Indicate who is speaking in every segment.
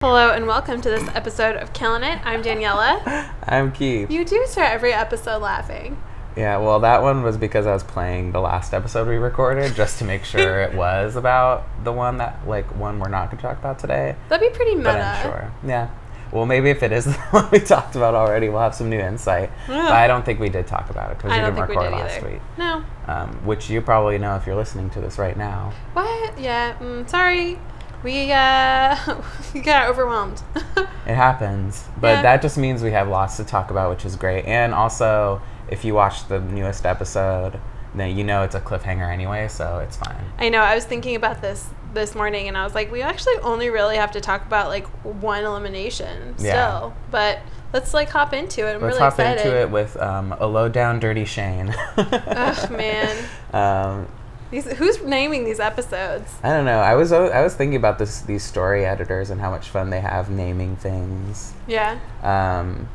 Speaker 1: Hello and welcome to this episode of Killing It. I'm Daniela.
Speaker 2: I'm Keith.
Speaker 1: You do start every episode laughing.
Speaker 2: Yeah, well, that one was because I was playing the last episode we recorded just to make sure it was about the one that, like, one we're not going to talk about today.
Speaker 1: That'd be pretty meta.
Speaker 2: But I'm sure. Yeah. Well, maybe if it is the one we talked about already, we'll have some new insight. But I don't think we did talk about it because we
Speaker 1: I don't
Speaker 2: didn't
Speaker 1: think we
Speaker 2: record
Speaker 1: did
Speaker 2: last
Speaker 1: either.
Speaker 2: week,
Speaker 1: No.
Speaker 2: um, which you probably know if you're listening to this right now.
Speaker 1: What? Yeah. Mm, sorry. We uh, we got overwhelmed.
Speaker 2: It happens. But
Speaker 1: Yeah.
Speaker 2: that just means we have lots to talk about, which is great. And also, if you watch the newest episode, then you know it's a cliffhanger anyway, so it's fine.
Speaker 1: I know. I was thinking about this this morning, and I was like, we actually only really have to talk about like one elimination still.
Speaker 2: Yeah.
Speaker 1: But let's like hop into it. I'm
Speaker 2: Let's
Speaker 1: really
Speaker 2: hop
Speaker 1: excited.
Speaker 2: into it with um, a low down dirty Shane.
Speaker 1: Ugh, man.
Speaker 2: Um,
Speaker 1: These, who's naming these episodes?
Speaker 2: I don't know. I was o- I was thinking about this these story editors and how much fun they have naming things.
Speaker 1: Yeah.
Speaker 2: Um,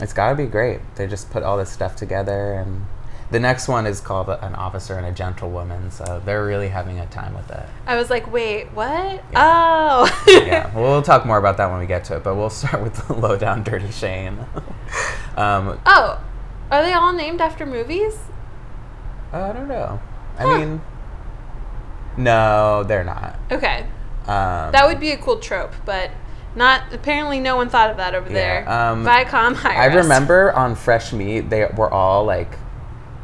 Speaker 2: it's got to be great. They just put all this stuff together, and the next one is called an officer and a gentlewoman. So they're really having a time with it.
Speaker 1: I was like, wait, what? Oh.
Speaker 2: yeah, we'll talk more about that when we get to it. But we'll start with the low down dirty Shane. um,
Speaker 1: Oh, are they all named after movies?
Speaker 2: I don't know. I
Speaker 1: Huh.
Speaker 2: mean, no, they're not.
Speaker 1: Okay,
Speaker 2: Um,
Speaker 1: that would be a cool trope, but not. Apparently, no one thought of that over there.
Speaker 2: Yeah, um,
Speaker 1: Viacom hire
Speaker 2: I
Speaker 1: us.
Speaker 2: remember on Fresh Meat, they were all like,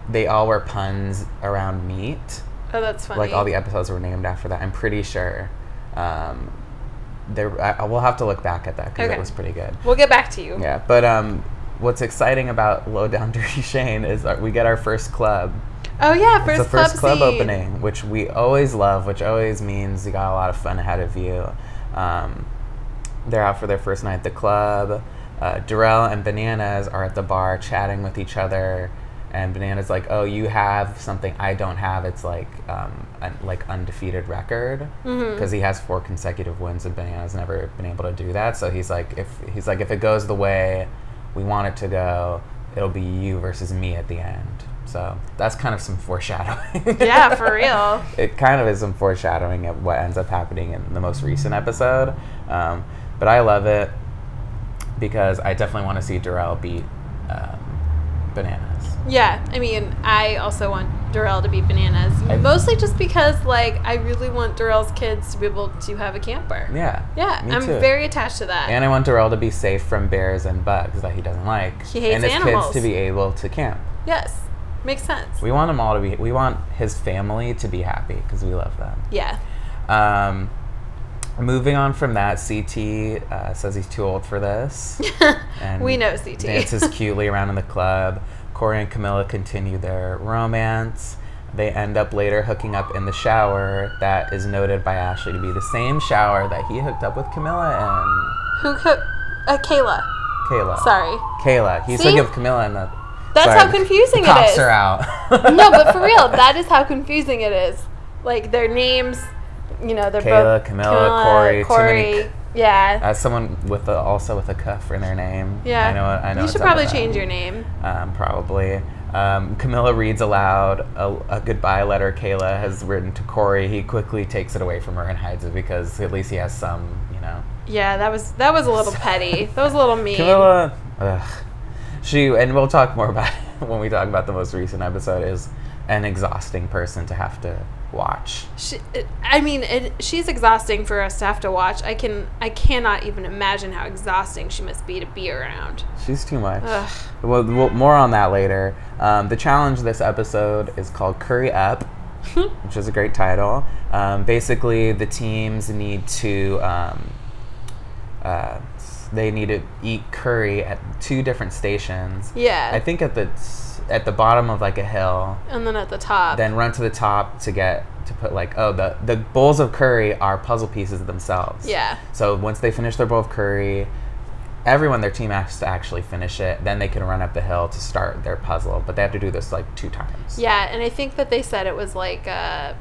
Speaker 2: they all were puns around meat.
Speaker 1: Oh, that's funny.
Speaker 2: Like all the episodes were named after that. I'm pretty sure. Um, there, I, I- we'll have to look back at that because
Speaker 1: Okay.
Speaker 2: it was pretty good.
Speaker 1: We'll get back to you.
Speaker 2: Yeah, but um, what's exciting about Low Down Dirty Shane is that we get our first club.
Speaker 1: Oh yeah, first,
Speaker 2: it's the first club,
Speaker 1: scene.
Speaker 2: opening, which we always love, which always means you got a lot of fun ahead of you. Um, they're out for their first night at the club. Uh, Darrell and Bananas are at the bar chatting with each other, and Bananas like, "Oh, you have something I don't have. It's like um, un- like undefeated record
Speaker 1: Mm-hmm.
Speaker 2: because he has four consecutive wins, and Bananas never been able to do that. So he's like, if he's like, if it goes the way we want it to go, it'll be you versus me at the end. So that's kind of some foreshadowing.
Speaker 1: yeah, for real.
Speaker 2: it kind of is some foreshadowing of what ends up happening in the most recent episode. Um, but I love it because I definitely want to see Darrell beat um, Bananas.
Speaker 1: Yeah, I mean, I also want Durrell to be bananas,
Speaker 2: I-
Speaker 1: mostly just because like I really want Durrell's kids to be able to have a camper.
Speaker 2: Yeah.
Speaker 1: Yeah,
Speaker 2: me
Speaker 1: I'm
Speaker 2: too.
Speaker 1: very attached to that.
Speaker 2: And I want Darrell to be safe from bears and bugs that he doesn't like.
Speaker 1: He hates
Speaker 2: and his
Speaker 1: animals.
Speaker 2: kids to be able to camp.
Speaker 1: yes, makes sense.
Speaker 2: We want them all to be. We want his family to be happy because we love them.
Speaker 1: yeah.
Speaker 2: Um, moving on from that, CT uh, says he's too old for this. and
Speaker 1: We know CT.
Speaker 2: dances cutely around in the club. Corey and Camilla continue their romance. They end up later hooking up in the shower that is noted by Ashley to be the same shower that he hooked up with Camilla and
Speaker 1: Who could? Uh, Kayla.
Speaker 2: Kayla.
Speaker 1: Sorry.
Speaker 2: Kayla. He's
Speaker 1: See?
Speaker 2: hooking up Camilla and the.
Speaker 1: That's
Speaker 2: sorry,
Speaker 1: how confusing
Speaker 2: the
Speaker 1: it
Speaker 2: cops
Speaker 1: is.
Speaker 2: are out.
Speaker 1: no, but for real, that is how confusing it is. Like their names, you know, they're
Speaker 2: Kayla,
Speaker 1: both
Speaker 2: Camilla, Corey, too many
Speaker 1: Corey. Yeah,
Speaker 2: As someone with a, also with a cuff in their name.
Speaker 1: yeah.
Speaker 2: I know. I know.
Speaker 1: You
Speaker 2: it's
Speaker 1: should
Speaker 2: up with
Speaker 1: probably
Speaker 2: that.
Speaker 1: change your name.
Speaker 2: um, probably. Um, Camilla reads aloud a, a goodbye letter Kayla has written to Corey. He quickly takes it away from her and hides it because at least he has some, you know.
Speaker 1: Yeah, that was that was a little petty. That was a little mean.
Speaker 2: Camilla, ugh. she and we'll talk more about it when we talk about the most recent episode. Is an exhausting person to have to watch.
Speaker 1: She, I mean, it, she's exhausting for us to have to watch. I can I cannot even imagine how exhausting she must be to be around.
Speaker 2: She's too much.
Speaker 1: Ugh.
Speaker 2: Well, well, more on that later. Um, the challenge this episode is called Curry Up, which is a great title. Um, basically, the teams need to um, uh, s- they need to eat curry at two different stations.
Speaker 1: Yeah,
Speaker 2: I think at the s- at the bottom of like a hill,
Speaker 1: and then at the top.
Speaker 2: then run to the top to get to put like oh the the bowls of curry are puzzle pieces themselves.
Speaker 1: yeah,
Speaker 2: So once they finish their bowl of curry, everyone their team has to actually finish it. Then they can run up the hill to start their puzzle. But they have to do this like two times.
Speaker 1: yeah, and I think that they said it was like uh,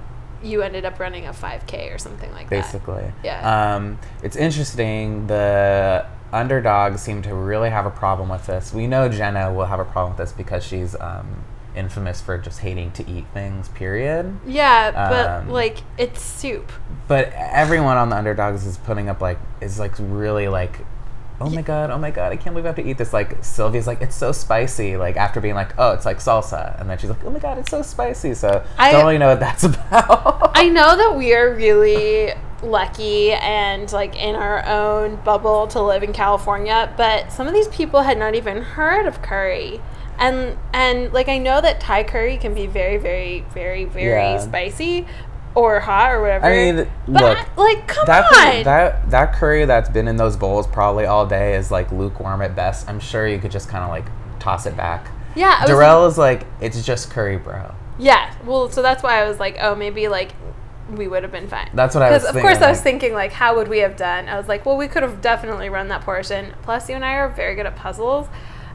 Speaker 1: you ended up running a 5K or something like that.
Speaker 2: Basically.
Speaker 1: Yeah.
Speaker 2: Um, it's interesting. The underdogs seem to really have a problem with this. We know Jenna will have a problem with this because she's um, infamous for just hating to eat things, period.
Speaker 1: Yeah, but
Speaker 2: Um,
Speaker 1: like it's soup.
Speaker 2: But everyone on the underdogs is putting up like is like really like Oh my god, oh my god, I can't believe I have to eat this. Like Sylvia's like, it's so spicy, like after being like, Oh, it's like salsa and then she's like, Oh my god, it's so spicy so
Speaker 1: I-
Speaker 2: I don't really know what that's about.
Speaker 1: I know that we are really lucky and like in our own bubble to live in California, but some of these people had not even heard of curry. And and like I know that Thai curry can be very very very very
Speaker 2: Yeah.
Speaker 1: spicy or hot or whatever.
Speaker 2: I mean,
Speaker 1: but
Speaker 2: look,
Speaker 1: like come
Speaker 2: that,
Speaker 1: on.
Speaker 2: that that curry that's been in those bowls probably all day is like lukewarm at best. I'm sure you could just kind of like toss it back.
Speaker 1: yeah, I was-
Speaker 2: Darrell is like, it's just curry, bro.
Speaker 1: Yeah. Well, so that's why I was like, oh, maybe like we would have been fine.
Speaker 2: That's what I was
Speaker 1: Because of course I was
Speaker 2: thinking.
Speaker 1: thinking like, how would we have done? I was like, well, we could have definitely run that portion. Plus, you and I are very good at puzzles.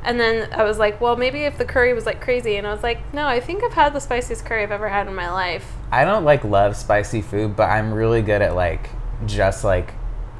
Speaker 1: And then I was like, well, maybe if the curry was like crazy, and I was like, no, I think I've had the spiciest curry I've ever had in my life.
Speaker 2: I don't like love spicy food, but I'm really good at like just like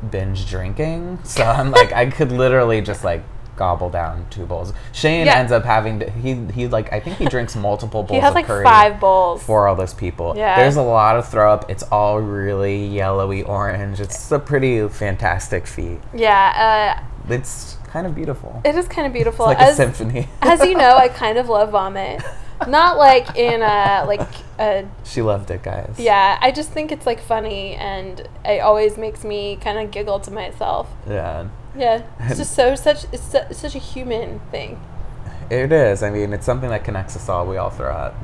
Speaker 2: binge drinking. So I'm like, I could literally just like gobble down two bowls. Shane
Speaker 1: Yeah.
Speaker 2: ends up having to, he he like I think he drinks multiple bowls.
Speaker 1: he has
Speaker 2: of
Speaker 1: like
Speaker 2: curry.
Speaker 1: five bowls.
Speaker 2: for all those people.
Speaker 1: Yeah.
Speaker 2: There's a lot of throw up. It's all really yellowy orange. It's a pretty fantastic feat.
Speaker 1: Yeah,
Speaker 2: It's kind of beautiful.
Speaker 1: uh, it is kind of beautiful.
Speaker 2: It's like
Speaker 1: As-
Speaker 2: a symphony.
Speaker 1: as you know, I kind of love vomit. Not like in a like a
Speaker 2: she loved it, guys.
Speaker 1: Yeah, I just think it's like funny and it always makes me kind of giggle to myself.
Speaker 2: Yeah.
Speaker 1: Yeah, it's just so such it's, su- it's such a human thing.
Speaker 2: It is. I mean, it's something that connects us all. We all throw up.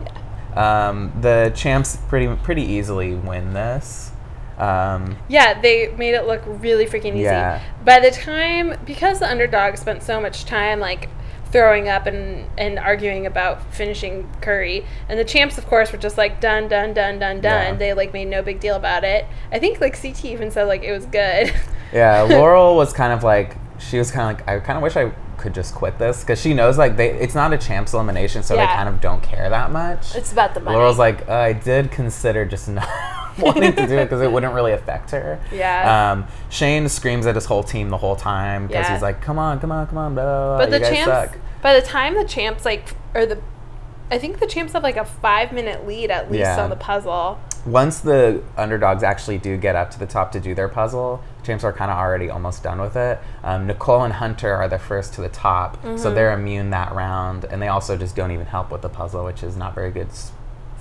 Speaker 2: Yeah. Um, the champs pretty pretty easily win this. Um,
Speaker 1: Yeah, they made it look really freaking easy.
Speaker 2: Yeah.
Speaker 1: By the time because the underdog spent so much time like throwing up and and arguing about finishing curry and the champs of course were just like done done done done done
Speaker 2: Yeah.
Speaker 1: they like made no big deal about it i think like ct even said like it was good
Speaker 2: yeah. Laurel was kind of like she was kind of like I kind of wish I could just quit this because she knows like they it's not a champs elimination, so they
Speaker 1: Yeah.
Speaker 2: kind of don't care that much.
Speaker 1: it's about the money
Speaker 2: Laurel's like, uh, I did consider just not wanting to do it because it wouldn't really affect her.
Speaker 1: Yeah.
Speaker 2: Um, Shane screams at his whole team the whole time because
Speaker 1: Yeah.
Speaker 2: he's like, come on, come on, come on, blah, blah, blah,
Speaker 1: But
Speaker 2: Oh, you
Speaker 1: the
Speaker 2: guys
Speaker 1: champs,
Speaker 2: suck.
Speaker 1: by the time the champs like, or the, I think the champs have like a five minute lead at least
Speaker 2: Yeah.
Speaker 1: on the puzzle.
Speaker 2: Once the underdogs actually do get up to the top to do their puzzle, champs are kind of already almost done with it. Um, Nicole and Hunter are the first to the top, so they're immune that round, and they also just don't even help with the puzzle, which is not very good s-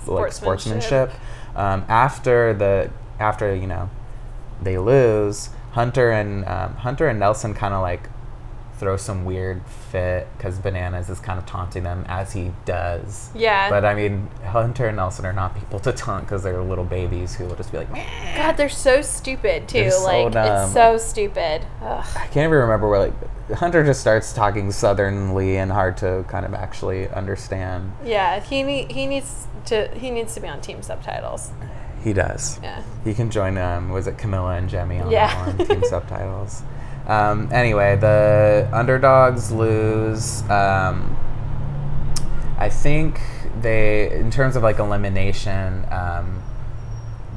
Speaker 2: like
Speaker 1: Sportsmanship.
Speaker 2: sportsmanship. Um, after the after you know they lose, Hunter and um, Hunter and Nelson kind of like throw some weird fit because Bananas is kind of taunting them as he does.
Speaker 1: Yeah.
Speaker 2: But I mean, Hunter and Nelson are not people to taunt because they're little babies who will just be like, "Meh."
Speaker 1: God, they're so stupid too.
Speaker 2: They're so
Speaker 1: like
Speaker 2: dumb.
Speaker 1: it's so stupid. Ugh.
Speaker 2: I can't even remember where like Hunter just starts talking southernly and hard to kind of actually understand.
Speaker 1: Yeah, he need, he needs to he needs to be on team subtitles.
Speaker 2: He does.
Speaker 1: Yeah.
Speaker 2: He can join. Um, was it Camilla and Jemmy on,
Speaker 1: Yeah.
Speaker 2: on team subtitles? Um, anyway, the underdogs lose. Um, I think they, in terms of like elimination, um,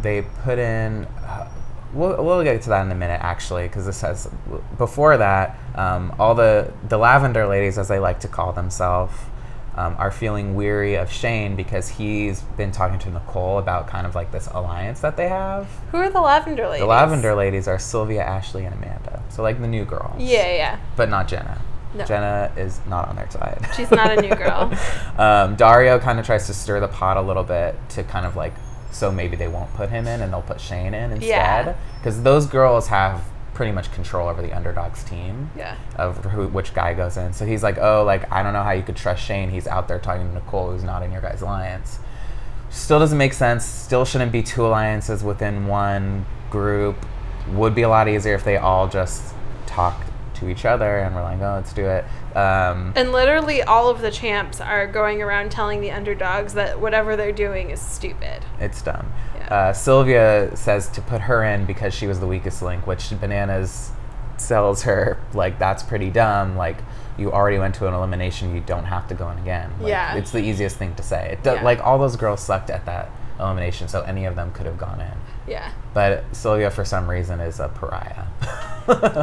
Speaker 2: they put in. Uh, we'll, we'll get to that in a minute, actually, because this has. Before that, um, all the the lavender ladies, as they like to call themselves, um, are feeling weary of Shane because he's been talking to Nicole about kind of like this alliance that they have.
Speaker 1: Who are the lavender ladies?
Speaker 2: The lavender ladies are Sylvia, Ashley, and Amanda. So like the new girls.
Speaker 1: Yeah, yeah.
Speaker 2: But not Jenna.
Speaker 1: No.
Speaker 2: Jenna is not on their side.
Speaker 1: She's not a new girl.
Speaker 2: um, Dario kind of tries to stir the pot a little bit to kind of like, so maybe they won't put him in and they'll put Shane in
Speaker 1: Yeah.
Speaker 2: instead. Because those girls have pretty much control over the underdogs team
Speaker 1: Yeah.
Speaker 2: of who, which guy goes in. So he's like, oh, like, I don't know how you could trust Shane. He's out there talking to Nicole, who's not in your guys' alliance. Still doesn't make sense. Still shouldn't be two alliances within one group. Would be a lot easier if they all just talked to each other and were like, oh, let's do it. Um,
Speaker 1: And literally all of the champs are going around telling the underdogs that whatever they're doing is stupid.
Speaker 2: it's dumb.
Speaker 1: Yeah.
Speaker 2: Uh, Sylvia says to put her in because she was the weakest link, which Bananas tells her, like, that's pretty dumb. Like, you already went to an elimination, you don't have to go in again. Like,
Speaker 1: Yeah.
Speaker 2: It's the easiest thing to say. It do-
Speaker 1: Yeah.
Speaker 2: Like, all those girls sucked at that elimination, so any of them could have gone in.
Speaker 1: Yeah.
Speaker 2: But Sylvia, for some reason, is a pariah.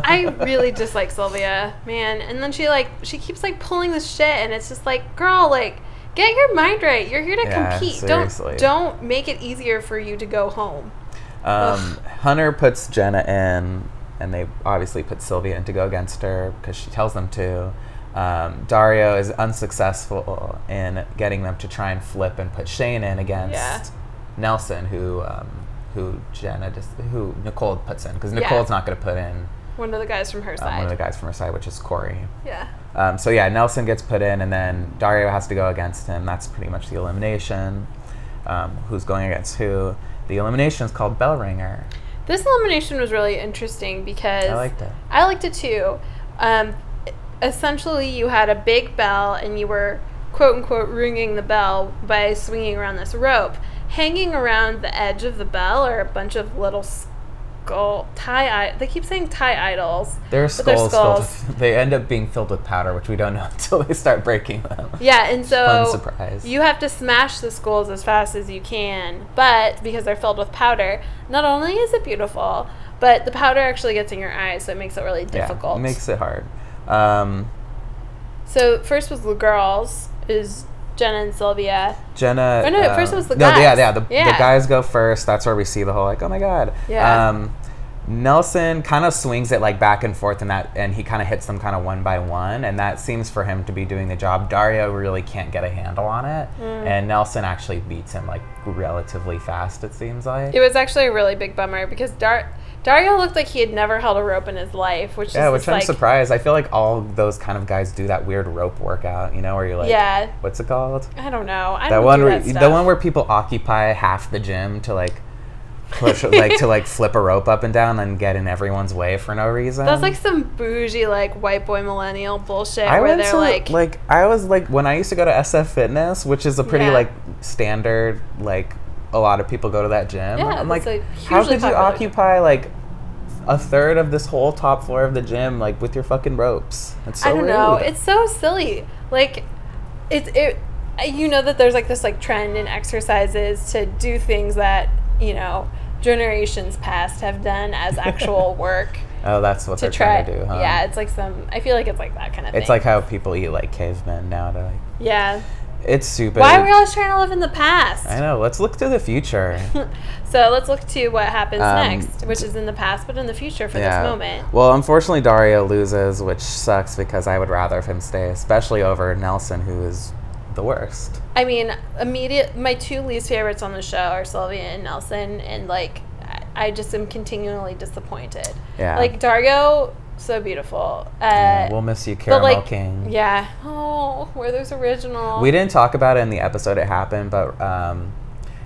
Speaker 1: I really dislike Sylvia, man. And then she like she keeps like pulling this shit, and it's just like, girl, like Get your mind right. You're here to
Speaker 2: Yeah,
Speaker 1: compete.
Speaker 2: seriously.
Speaker 1: Don't don't make it easier for you to go home.
Speaker 2: Um, Hunter puts Jenna in, and they obviously put Sylvia in to go against her because she tells them to. Um, Dario is unsuccessful in getting them to try and flip and put Shane in against
Speaker 1: Yeah.
Speaker 2: Nelson, who um, who Jenna just, who Nicole puts in because Nicole's not going to put in
Speaker 1: One of the guys from her
Speaker 2: um, one of the
Speaker 1: side.
Speaker 2: guys from her side, which is Corey.
Speaker 1: Yeah.
Speaker 2: Um, so yeah, Nelson gets put in, and then Dario has to go against him. That's pretty much the elimination. Um, who's going against who? The elimination is called Bell Ringer.
Speaker 1: This elimination was really interesting because
Speaker 2: I liked it.
Speaker 1: I liked it too. Um, essentially, you had a big bell and you were quote unquote ringing the bell by swinging around this rope. Hanging around the edge of the bell are a bunch of little skull tie. I- they keep saying tie idols.
Speaker 2: Their
Speaker 1: But they're
Speaker 2: skulls, filled with- they end up being filled with powder, which we don't know until they start breaking them.
Speaker 1: Yeah, and
Speaker 2: Fun
Speaker 1: so
Speaker 2: surprise.
Speaker 1: you have to smash the skulls as fast as you can. But because they're filled with powder, not only is it beautiful, but the powder actually gets in your eyes, so it makes it really
Speaker 2: yeah,
Speaker 1: difficult.
Speaker 2: It makes it hard. Um,
Speaker 1: So first was the girls is Jenna and Sylvia.
Speaker 2: Jenna.
Speaker 1: Oh, no,
Speaker 2: um,
Speaker 1: first was the
Speaker 2: no, yeah,
Speaker 1: guys.
Speaker 2: yeah the, the
Speaker 1: Yeah.
Speaker 2: guys go first. That's where we see the whole like, oh my god.
Speaker 1: Yeah.
Speaker 2: Um, Nelson kind of swings it like back and forth, and that, and he kind of hits them kind of one by one, and that seems for him to be doing the job. Dario really can't get a handle on it,
Speaker 1: Mm.
Speaker 2: and Nelson actually beats him like relatively fast. It seems like.
Speaker 1: It was actually a really big bummer because Dar- Dario looked like he had never held a rope in his life, which
Speaker 2: Yeah,
Speaker 1: is
Speaker 2: which
Speaker 1: just
Speaker 2: I'm
Speaker 1: like
Speaker 2: surprised. I feel like all those kind of guys do that weird rope workout, you know, where you're like,
Speaker 1: Yeah.
Speaker 2: what's it called?
Speaker 1: I don't know. I
Speaker 2: That
Speaker 1: don't
Speaker 2: one,
Speaker 1: do
Speaker 2: where,
Speaker 1: that
Speaker 2: the
Speaker 1: stuff.
Speaker 2: one where people occupy half the gym to like push, like to like flip a rope up and down and get in everyone's way for no reason.
Speaker 1: that's like some bougie like white boy millennial bullshit
Speaker 2: um, I
Speaker 1: where
Speaker 2: went
Speaker 1: they're
Speaker 2: to
Speaker 1: like,
Speaker 2: like, I was like when I used to go to SF Fitness, which is a pretty
Speaker 1: Yeah.
Speaker 2: like standard like a lot of people go to that gym.
Speaker 1: Yeah,
Speaker 2: I'm like,
Speaker 1: that's a
Speaker 2: how
Speaker 1: hugely
Speaker 2: could you
Speaker 1: popular gym."
Speaker 2: occupy like a third of this whole top floor of the gym like with your fucking ropes? It's so
Speaker 1: I don't know.
Speaker 2: rude.
Speaker 1: It's so silly. Like it's it you know that there's like this like trend in exercises to do things that, you know, generations past have done as actual work.
Speaker 2: Oh, that's what
Speaker 1: to
Speaker 2: they're
Speaker 1: try.
Speaker 2: trying to do, huh?
Speaker 1: Yeah, it's like some. I feel like it's like that kind of thing.
Speaker 2: It's like how people eat like cavemen now. They're like,
Speaker 1: yeah.
Speaker 2: it's stupid.
Speaker 1: Why are we always trying to live in the past?
Speaker 2: I know. Let's look to the future.
Speaker 1: So let's look to what happens
Speaker 2: Um,
Speaker 1: next, which is in the past but in the future for this moment.
Speaker 2: Well, unfortunately, Dario loses, which sucks because I would rather him stay, especially over Nelson, who is the worst.
Speaker 1: I mean, immediate. My two least favorites on the show are Sylvia and Nelson, and like, I- I just am continually disappointed.
Speaker 2: Yeah.
Speaker 1: Like Dargo, so beautiful. Uh,
Speaker 2: Yeah, we'll miss you,
Speaker 1: but
Speaker 2: Caramel
Speaker 1: like,
Speaker 2: King.
Speaker 1: yeah. Oh, where there's original.
Speaker 2: We didn't talk about it in the episode it happened, but um,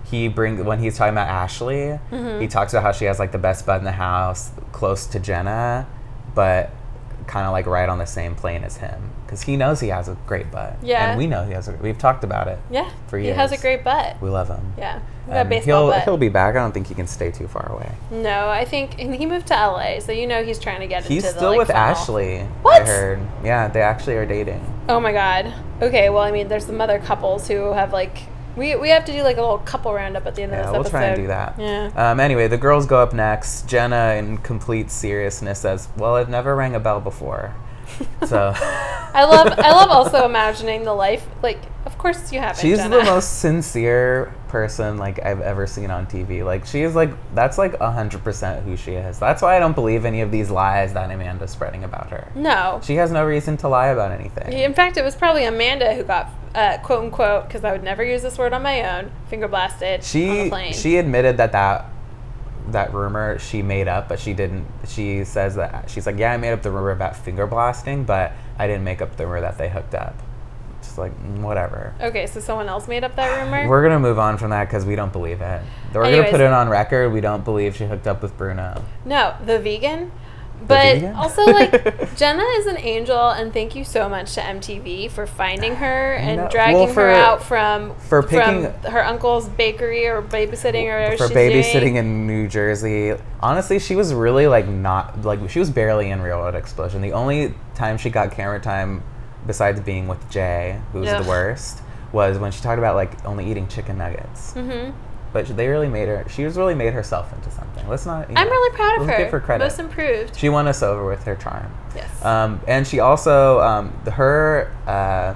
Speaker 2: he bring when he's talking about Ashley,
Speaker 1: Mm-hmm.
Speaker 2: he talks about how she has like the best bud in the house, close to Jenna, but kind of like right on the same plane as him because he knows he has a great butt.
Speaker 1: Yeah.
Speaker 2: and we know he has. A, we've talked about it.
Speaker 1: Yeah.
Speaker 2: for
Speaker 1: he has a
Speaker 2: years.
Speaker 1: great butt.
Speaker 2: We love him.
Speaker 1: Yeah. He's got a
Speaker 2: And
Speaker 1: baseball
Speaker 2: he'll
Speaker 1: butt.
Speaker 2: he'll be back. I don't think he can stay too far away.
Speaker 1: No, I think and he moved to LA, so you know he's trying to get
Speaker 2: He's
Speaker 1: into the,
Speaker 2: still
Speaker 1: like,
Speaker 2: with
Speaker 1: funnel.
Speaker 2: Ashley. I
Speaker 1: What?
Speaker 2: heard. Yeah, they actually are dating.
Speaker 1: Oh my god. Okay, well I mean there's some other couples who have like we, we have to do like a little couple roundup at the end of
Speaker 2: Yeah,
Speaker 1: this
Speaker 2: we'll
Speaker 1: episode.
Speaker 2: try and do that.
Speaker 1: Yeah.
Speaker 2: Um, anyway, the girls go up next. Jenna, in complete seriousness, says, "Well, it never rang a bell before." So
Speaker 1: I love I love also imagining the life like of course you haven't.
Speaker 2: she's
Speaker 1: Jenna.
Speaker 2: the most sincere person like I've ever seen on TV. Like she is like that's like hundred percent who she is. That's why I don't believe any of these lies that Amanda's spreading about her.
Speaker 1: No.
Speaker 2: She has no reason to lie about anything.
Speaker 1: In fact it was probably Amanda who got uh, quote unquote because I would never use this word on my own, finger blasted on the
Speaker 2: She
Speaker 1: plane.
Speaker 2: she admitted that that that rumor she made up, but she didn't. She says that she's like, yeah, I made up the rumor about finger blasting, but I didn't make up the rumor that they hooked up. Just like mm, whatever.
Speaker 1: okay, so someone else made up that rumor?
Speaker 2: We're gonna move on from that because we don't believe it. We're gonna
Speaker 1: Anyways.
Speaker 2: put it on record. We don't believe she hooked up with Bruno.
Speaker 1: No, the vegan. But
Speaker 2: vegan?
Speaker 1: also, like, Jenna is an angel, and thank you so much to MTV for finding her and
Speaker 2: know.
Speaker 1: dragging
Speaker 2: Well, for-
Speaker 1: her out from
Speaker 2: for picking-
Speaker 1: from her uncle's bakery or babysitting or whatever
Speaker 2: For
Speaker 1: she's
Speaker 2: babysitting
Speaker 1: doing.
Speaker 2: in New Jersey, honestly, she was really like not like she was barely in Real World Explosion. The only time she got camera time, besides being with Jay, who's
Speaker 1: Ugh.
Speaker 2: the worst, was when she talked about like only eating chicken nuggets.
Speaker 1: Mhm.
Speaker 2: But they really made her. She was really made herself into something. Let's not. you
Speaker 1: I'm
Speaker 2: know,
Speaker 1: really proud of
Speaker 2: let's
Speaker 1: her.
Speaker 2: Give her credit.
Speaker 1: Most improved.
Speaker 2: she won us over with her charm.
Speaker 1: Yes.
Speaker 2: Um, and she also, um, the- her, uh,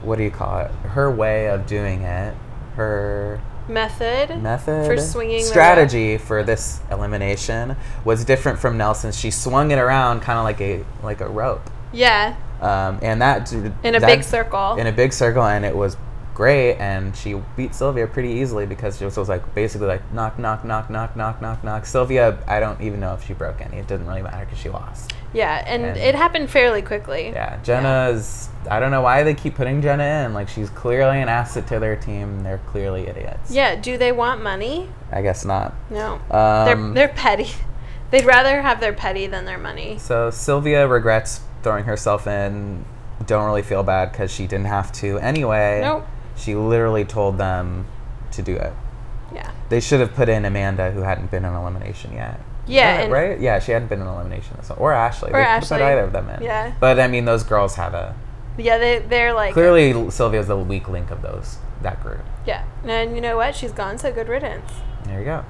Speaker 2: what do you call it? Her way of doing it, her
Speaker 1: Method.
Speaker 2: method
Speaker 1: For swinging the
Speaker 2: strategy for this elimination was different from Nelson's. She swung it around kind of like a like a rope,
Speaker 1: Yeah.
Speaker 2: um, and that
Speaker 1: In a
Speaker 2: that-
Speaker 1: big circle.
Speaker 2: in a big circle, and it was great. And she beat Sylvia pretty easily because she was, was like basically like knock knock knock knock knock knock knock. Sylvia, I don't even know if she broke any. It didn't really matter because she lost.
Speaker 1: yeah, and,
Speaker 2: and-
Speaker 1: it happened fairly quickly.
Speaker 2: Yeah, Jenna's. I don't know why they keep putting Jenna in. Like she's clearly an asset to their team. They're clearly idiots.
Speaker 1: Yeah, do they want money?
Speaker 2: I guess not.
Speaker 1: No.
Speaker 2: Um,
Speaker 1: they're they're petty. They'd rather have their petty than their money.
Speaker 2: So Sylvia regrets throwing herself in. Don't really feel bad because she didn't have to anyway.
Speaker 1: Nope.
Speaker 2: She literally told them to do it.
Speaker 1: Yeah.
Speaker 2: They should have put in Amanda, who hadn't been in elimination yet.
Speaker 1: Yeah,
Speaker 2: Right-
Speaker 1: and-
Speaker 2: right? Yeah, she hadn't been in elimination this Or Ashley.
Speaker 1: Or
Speaker 2: they could've
Speaker 1: Ashley.
Speaker 2: put either of them in.
Speaker 1: Yeah.
Speaker 2: But I mean, those girls have a
Speaker 1: Yeah, they they're like
Speaker 2: clearly Sylvia's the weak link of those that group.
Speaker 1: Yeah. And you know what? She's gone, so good riddance.
Speaker 2: There you go.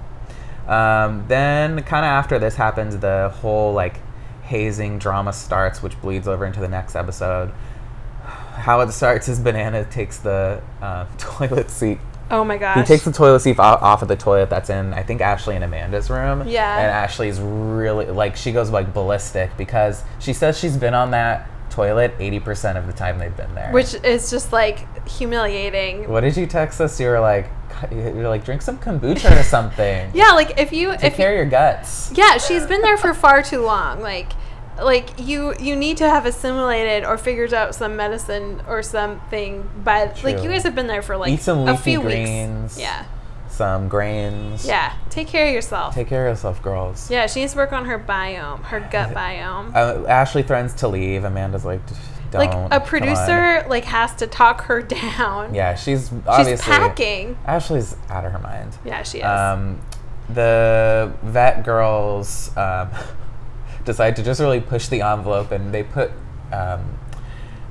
Speaker 2: Um, then, kind of after this happens, the whole like hazing drama starts, which bleeds over into the next episode. How it starts is Banana takes the uh, toilet seat.
Speaker 1: Oh my gosh.
Speaker 2: He takes the toilet seat o- off of the toilet that's in, I think, Ashley and Amanda's room.
Speaker 1: Yeah.
Speaker 2: And Ashley's really like she goes like ballistic because she says she's been on that toilet eighty percent of the time they've been there.
Speaker 1: which is just like humiliating.
Speaker 2: what did you text us? You were like, you're like drink some kombucha or something.
Speaker 1: Yeah, like if you
Speaker 2: Take
Speaker 1: if you,
Speaker 2: care of your guts.
Speaker 1: yeah, she's been there for far too long. Like, like you you need to have assimilated or figured out some medicine or something. By like you
Speaker 2: True.
Speaker 1: guys have been there for like
Speaker 2: Eat some
Speaker 1: a
Speaker 2: leafy
Speaker 1: few
Speaker 2: greens.
Speaker 1: weeks. Yeah,
Speaker 2: some grains.
Speaker 1: yeah. Take care of yourself.
Speaker 2: Take care of yourself, girls.
Speaker 1: yeah, she needs to work on her biome, her gut biome.
Speaker 2: Uh, Ashley threatens to leave. Amanda's like, "Just don't.
Speaker 1: like
Speaker 2: come
Speaker 1: a
Speaker 2: on."
Speaker 1: producer like has to talk her down.
Speaker 2: Yeah, she's obviously.
Speaker 1: she's packing.
Speaker 2: Ashley's out of her mind.
Speaker 1: Yeah, she is.
Speaker 2: Um, the vet girls um, decide to just really push the envelope, and they put um,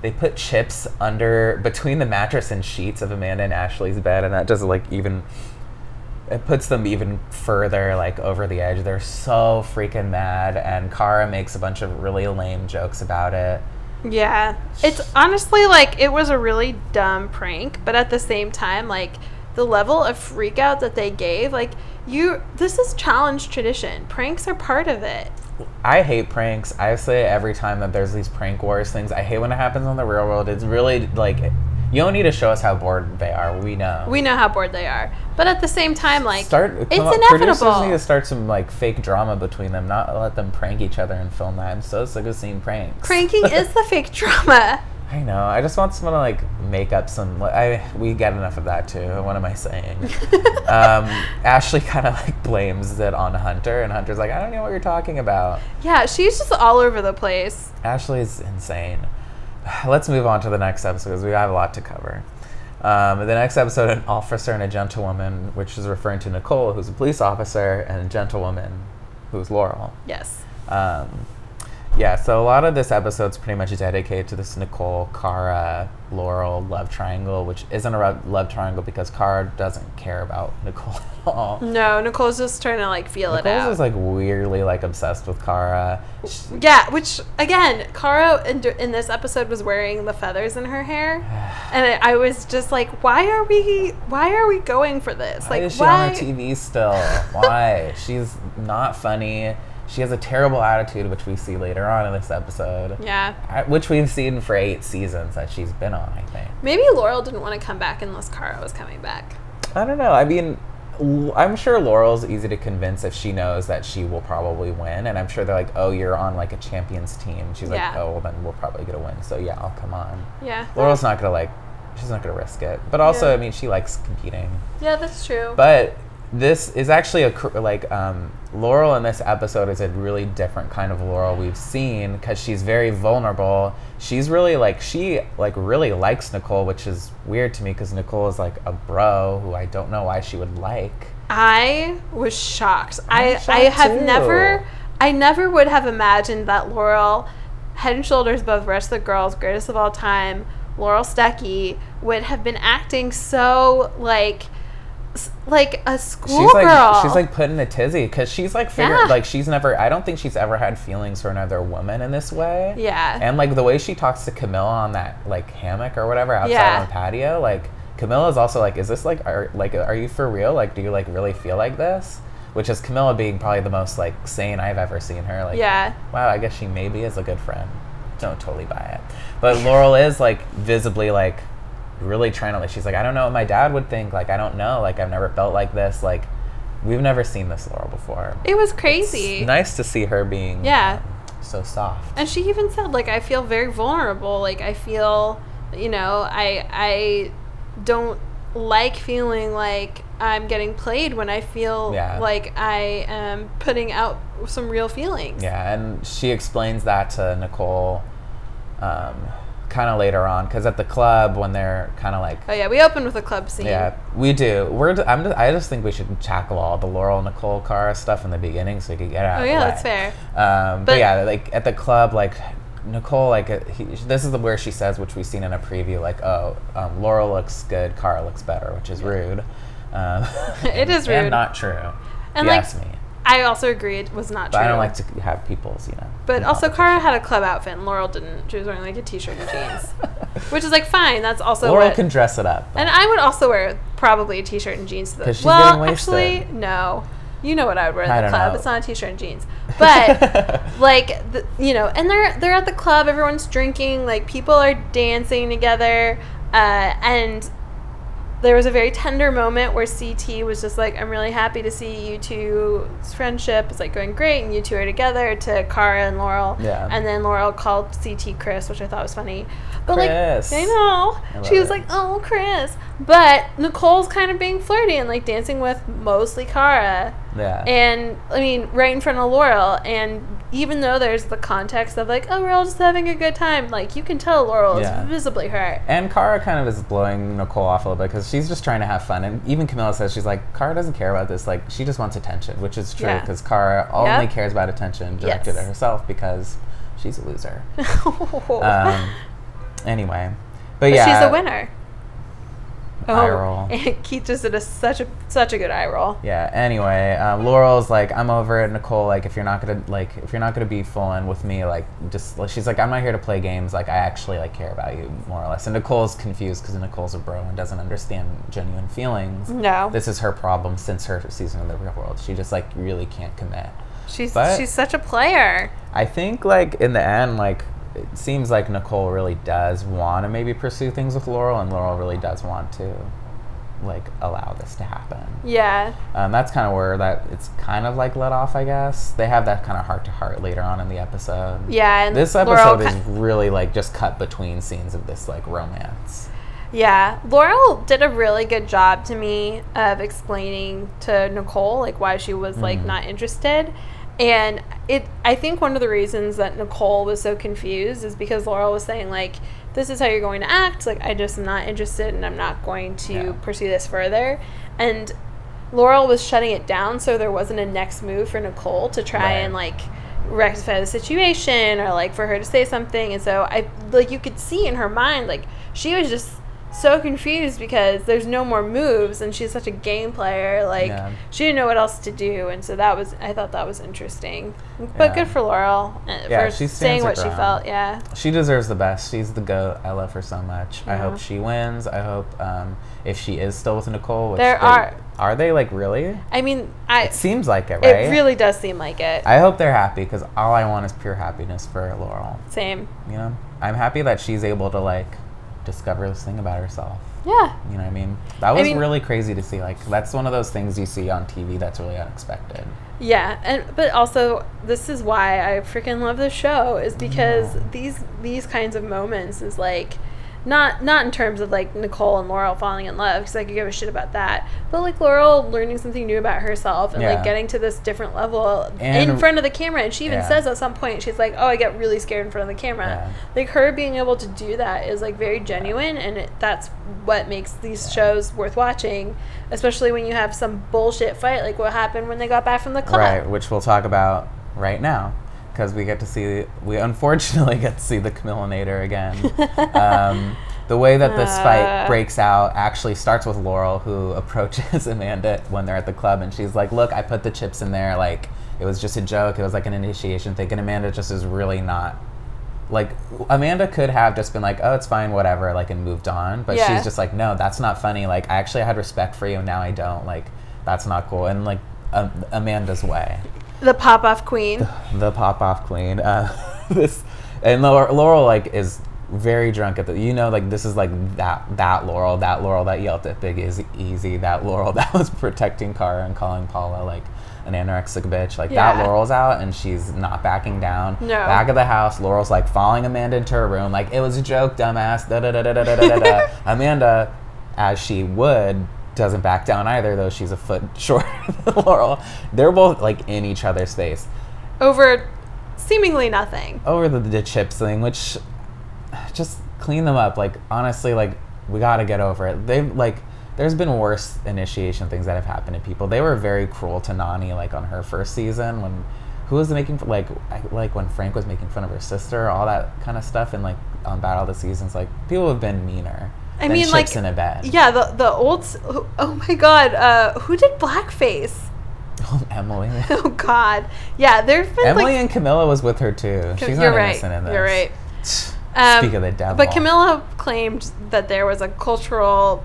Speaker 2: they put chips under between the mattress and sheets of Amanda and Ashley's bed, and that just like even it puts them even further like over the edge. They're so freaking mad, and Kara makes a bunch of really lame jokes about it.
Speaker 1: Yeah. It's honestly like it was a really dumb prank, but at the same time, like the level of freak out that they gave, like you this is challenge tradition. Pranks are part of it.
Speaker 2: I hate pranks. I say it every time that there's these prank wars things. I hate when it happens on the real world. It's really like you don't need to show us how bored they are. We know.
Speaker 1: We know how bored they are. But at the same time, like
Speaker 2: start.
Speaker 1: it's
Speaker 2: come on, Producers need
Speaker 1: inevitable.
Speaker 2: to start some like fake drama between them. Not let them prank each other and film that. I'm so sick of seeing pranks.
Speaker 1: Pranking is the fake drama.
Speaker 2: I know. I just want someone to like make up some. I we get enough of that too. What am I saying? um, Ashley kind of like blames it on Hunter, and Hunter's like, I don't know what you're talking about.
Speaker 1: Yeah, she's just all over the place.
Speaker 2: Ashley's insane. Let's move on to the next episode because we have a lot to cover. Um, the next episode, an officer and a gentlewoman, which is referring to Nicole, who's a police officer, and a gentlewoman, who's Laurel.
Speaker 1: Yes.
Speaker 2: Um, yeah, so a lot of this episode's pretty much dedicated to this Nicole, Kara, Laurel love triangle, which isn't a ro- love triangle because Kara doesn't care about Nicole at all.
Speaker 1: No, Nicole's just trying to like feel it
Speaker 2: Nicole's
Speaker 1: out.
Speaker 2: is like weirdly like obsessed with Kara. She-
Speaker 1: Yeah, which again, Karo in, in this episode was wearing the feathers in her hair, and I I was just like, why are we, why are we going for this?
Speaker 2: Why
Speaker 1: like,
Speaker 2: is she on her TV still? Why? She's not funny. She has a terrible attitude, which we see later on in this episode,
Speaker 1: Yeah,
Speaker 2: I- which we've seen for eight seasons that she's been on. I think.
Speaker 1: maybe Laurel didn't want to come back unless Karo was coming back.
Speaker 2: I don't know. I mean, L- I'm sure Laurel's easy to convince if she knows that she will probably win, and I'm sure they're like, "Oh, you're on like a champions team." She's like,
Speaker 1: Yeah.
Speaker 2: "Oh, well, then we're probably gonna win." So yeah, I'll come on.
Speaker 1: Yeah,
Speaker 2: Laurel's not gonna like. She's not gonna risk it. But also,
Speaker 1: Yeah.
Speaker 2: I mean, she likes competing.
Speaker 1: yeah, that's true.
Speaker 2: But this is actually a cr- like um, Laurel in this episode is a really different kind of Laurel we've seen because she's very vulnerable. She's really like she like really likes Nicole, which is weird to me because Nicole is like a bro who I don't know why she would like.
Speaker 1: I was shocked. I
Speaker 2: shocked
Speaker 1: I have
Speaker 2: too.
Speaker 1: never, I never would have imagined that Laurel, head and shoulders above the rest of the girls, greatest of all time, Laurel Stuckey would have been acting so like s- like a schoolgirl.
Speaker 2: She's like she's like put in a tizzy because she's like figured
Speaker 1: Yeah.
Speaker 2: like she's never I don't think she's ever had feelings for another woman in this way.
Speaker 1: yeah.
Speaker 2: And like the way she talks to Camilla on that like hammock or whatever outside
Speaker 1: Yeah.
Speaker 2: on the patio, like Camilla's also like, is this like are like are you for real? Like, do you like really feel like this? Which is Camilla being probably the most like sane I've ever seen her. Like,
Speaker 1: yeah.
Speaker 2: wow, I guess she maybe is a good friend. Don't totally buy it. But Laurel is like visibly like really trying to like she's like, I don't know what my dad would think, like I don't know, like I've never felt like this, like we've never seen this Laurel before.
Speaker 1: It was crazy.
Speaker 2: It's nice to see her being
Speaker 1: Yeah.
Speaker 2: um, so soft.
Speaker 1: And she even said, like, I feel very vulnerable. Like, I feel, you know, I I don't like feeling like I'm getting played when I feel
Speaker 2: Yeah.
Speaker 1: like I am putting out some real feelings.
Speaker 2: Yeah, and she explains that to Nicole um, kind of later on because at the club when they're kind of like
Speaker 1: Oh yeah, we opened with a club scene.
Speaker 2: Yeah, we do. We're. d- I'm. Just, I just think we should tackle all the Laurel Nicole Cara stuff in the beginning so we could get it out.
Speaker 1: Oh
Speaker 2: of
Speaker 1: yeah,
Speaker 2: the way.
Speaker 1: that's fair.
Speaker 2: Um, but,
Speaker 1: But-
Speaker 2: yeah, like at the club, like Nicole, like uh, he, this is the where she says, which we've seen in a preview, like, oh, um, Laurel looks good, Cara looks better, which is rude. Um,
Speaker 1: It is
Speaker 2: and
Speaker 1: rude.
Speaker 2: not true.
Speaker 1: And,
Speaker 2: you
Speaker 1: like,
Speaker 2: asked me,
Speaker 1: I also agree it was not
Speaker 2: but
Speaker 1: true.
Speaker 2: I don't like to have people's, you know.
Speaker 1: But also,
Speaker 2: competition.
Speaker 1: Cara had a club outfit, and Laurel didn't. She was wearing like a t-shirt and jeans, which is like fine. That's also
Speaker 2: Laurel
Speaker 1: what,
Speaker 2: can dress it up.
Speaker 1: And I would also wear probably a t-shirt and jeans to the
Speaker 2: 'Cause she's
Speaker 1: well,
Speaker 2: getting wasted.
Speaker 1: actually, no. You know what I would wear
Speaker 2: I
Speaker 1: at the
Speaker 2: don't
Speaker 1: club.
Speaker 2: know.
Speaker 1: It's not a t-shirt and jeans, but like the, you know, and they're they're at the club. Everyone's drinking. Like people are dancing together, uh, and there was a very tender moment where CT was just like, "I'm really happy to see you two's friendship is like going great, and you two are together." To Cara and Laurel,
Speaker 2: Yeah.
Speaker 1: And then Laurel called CT Chris, which I thought was funny. But
Speaker 2: Chris.
Speaker 1: like, I know
Speaker 2: I
Speaker 1: she
Speaker 2: love
Speaker 1: was
Speaker 2: it.
Speaker 1: like, "Oh, Chris," but Nicole's kind of being flirty and like dancing with mostly Cara,
Speaker 2: yeah.
Speaker 1: and I mean, right in front of Laurel. And even though there's the context of like, "Oh, we're all just having a good time," like you can tell Laurel
Speaker 2: Yeah.
Speaker 1: is visibly hurt.
Speaker 2: And Kara kind of is blowing Nicole off a little bit because she's just trying to have fun. And even Camilla says she's like, Kara doesn't care about this. Like, she just wants attention, which is true
Speaker 1: Yeah.
Speaker 2: because Kara only
Speaker 1: Yep.
Speaker 2: cares about attention directed at
Speaker 1: Yes.
Speaker 2: herself because she's a loser. Um, anyway, but,
Speaker 1: But
Speaker 2: yeah,
Speaker 1: she's a winner.
Speaker 2: Eye roll.
Speaker 1: and Keith just did a, such a such a good eye roll.
Speaker 2: Yeah. Anyway, um, Laurel's like, I'm over it, Nicole. Like, if you're not gonna like, if you're not gonna be full in with me, like, just like, she's like, I'm not here to play games. Like, I actually like care about you more or less. And Nicole's confused because Nicole's a bro and doesn't understand genuine feelings.
Speaker 1: No,
Speaker 2: this is her problem since her season of the real world. She just like really can't commit.
Speaker 1: she's
Speaker 2: but-
Speaker 1: she's such a player.
Speaker 2: I think like in the end, like it seems like Nicole really does want to maybe pursue things with Laurel, and Laurel really does want to like allow this to happen.
Speaker 1: Yeah,
Speaker 2: Um, that's kind of where that it's kind of like let off, I guess. They have that kind of heart to heart later on in the episode.
Speaker 1: yeah. And
Speaker 2: This
Speaker 1: Laurel
Speaker 2: episode
Speaker 1: ki-
Speaker 2: is really like just cut between scenes of this like romance.
Speaker 1: Yeah, Laurel did a really good job to me of explaining to Nicole like why she was like
Speaker 2: Mhm.
Speaker 1: not interested. And it I think one of the reasons that Nicole was so confused is because Laurel was saying like this is how you're going to act, like I just am not interested and I'm not going to
Speaker 2: Yeah.
Speaker 1: pursue this further. And Laurel was shutting it down so there wasn't a next move for Nicole to try
Speaker 2: Right.
Speaker 1: and like rectify the situation or like for her to say something and so I like you could see in her mind like she was just so confused because there's no more moves and she's such a game player like
Speaker 2: Yeah.
Speaker 1: she didn't know what else to do and so that was I thought that was interesting but
Speaker 2: Yeah.
Speaker 1: good for Laurel uh,
Speaker 2: Yeah,
Speaker 1: for
Speaker 2: she stands
Speaker 1: saying
Speaker 2: her
Speaker 1: what she
Speaker 2: ground.
Speaker 1: felt yeah
Speaker 2: She deserves the best. She's the goat. I love her so much. I
Speaker 1: Yeah.
Speaker 2: hope she wins. I hope um, if she is still with Nicole, which
Speaker 1: There
Speaker 2: they-
Speaker 1: are-
Speaker 2: are they like really?
Speaker 1: I mean I
Speaker 2: It seems like it, right?
Speaker 1: it really does seem like it
Speaker 2: I hope they're happy because all I want is pure happiness for Laurel.
Speaker 1: same
Speaker 2: You know, I'm happy that she's able to like discover this thing about herself.
Speaker 1: yeah
Speaker 2: You know what I mean? That was
Speaker 1: mean-
Speaker 2: really crazy to see. Like that's one of those things you see on TV that's really unexpected.
Speaker 1: Yeah, and but also this is why I freaking love this show is because these these kinds of moments is like not not in terms of like Nicole and Laurel falling in love because I could give a shit about that, but like Laurel learning something new about herself and
Speaker 2: Yeah.
Speaker 1: like getting to this different level in
Speaker 2: And-
Speaker 1: front of the camera. And she even
Speaker 2: Yeah.
Speaker 1: says at some point she's like, "Oh, I get really scared in front of the camera."
Speaker 2: Yeah.
Speaker 1: Like her being able to do that is like very genuine, and it, that's what makes these shows worth watching, especially when you have some bullshit fight like what happened when they got back from the club.
Speaker 2: Right, which we'll talk about right now because we get to see we unfortunately get to see the Camillinator again. um, The way that this fight
Speaker 1: Uh.
Speaker 2: breaks out actually starts with Laurel, who approaches Amanda when they're at the club, and she's like, "Look, I put the chips in there. Like, it was just a joke. It was like an initiation thing." And Amanda just is really not. Like Amanda could have just been like, "Oh, it's fine, whatever," like and moved on, but
Speaker 1: Yeah.
Speaker 2: she's just like, "No, that's not funny. Like, I actually had respect for you, and now I don't. Like, that's not cool." And like um, Amanda's way
Speaker 1: The pop off queen.
Speaker 2: the pop off queen. Uh, this and Laurel, Laurel like is very drunk at the. You know, like this is like that that Laurel, that Laurel that yelled at Big is easy. That Laurel that was protecting Kara and calling Paula like an anorexic bitch. Like
Speaker 1: Yeah.
Speaker 2: that Laurel's out and she's not backing down.
Speaker 1: No.
Speaker 2: Back of the house, Laurel's like following Amanda into her room. Like it was a joke, dumbass. Da da da da da da da. da. Amanda, as she would. Doesn't back down either, though she's a foot shorter than Laurel. They're both like in each other's face
Speaker 1: over seemingly nothing.
Speaker 2: over the, the chips thing, which just clean them up. Like honestly, like we gotta get over it. They like there's been worse initiation things that have happened to people. They were very cruel to Nani, like on her first season when who was making f- like I- like when Frank was making fun of her sister, all that kind of stuff, and like on Battle of the Seasons, like people have been meaner.
Speaker 1: I
Speaker 2: than
Speaker 1: mean,
Speaker 2: chips
Speaker 1: like,
Speaker 2: in a bed.
Speaker 1: Yeah, the the old. s- Oh oh my God, uh, who did blackface?
Speaker 2: Emily.
Speaker 1: Oh God, yeah, there've been
Speaker 2: Emily
Speaker 1: like.
Speaker 2: and Camilla was with her too. She's
Speaker 1: you're
Speaker 2: not
Speaker 1: right.
Speaker 2: innocent in this.
Speaker 1: You're right. Um,
Speaker 2: Speak of the devil.
Speaker 1: But Camilla claimed that there was a cultural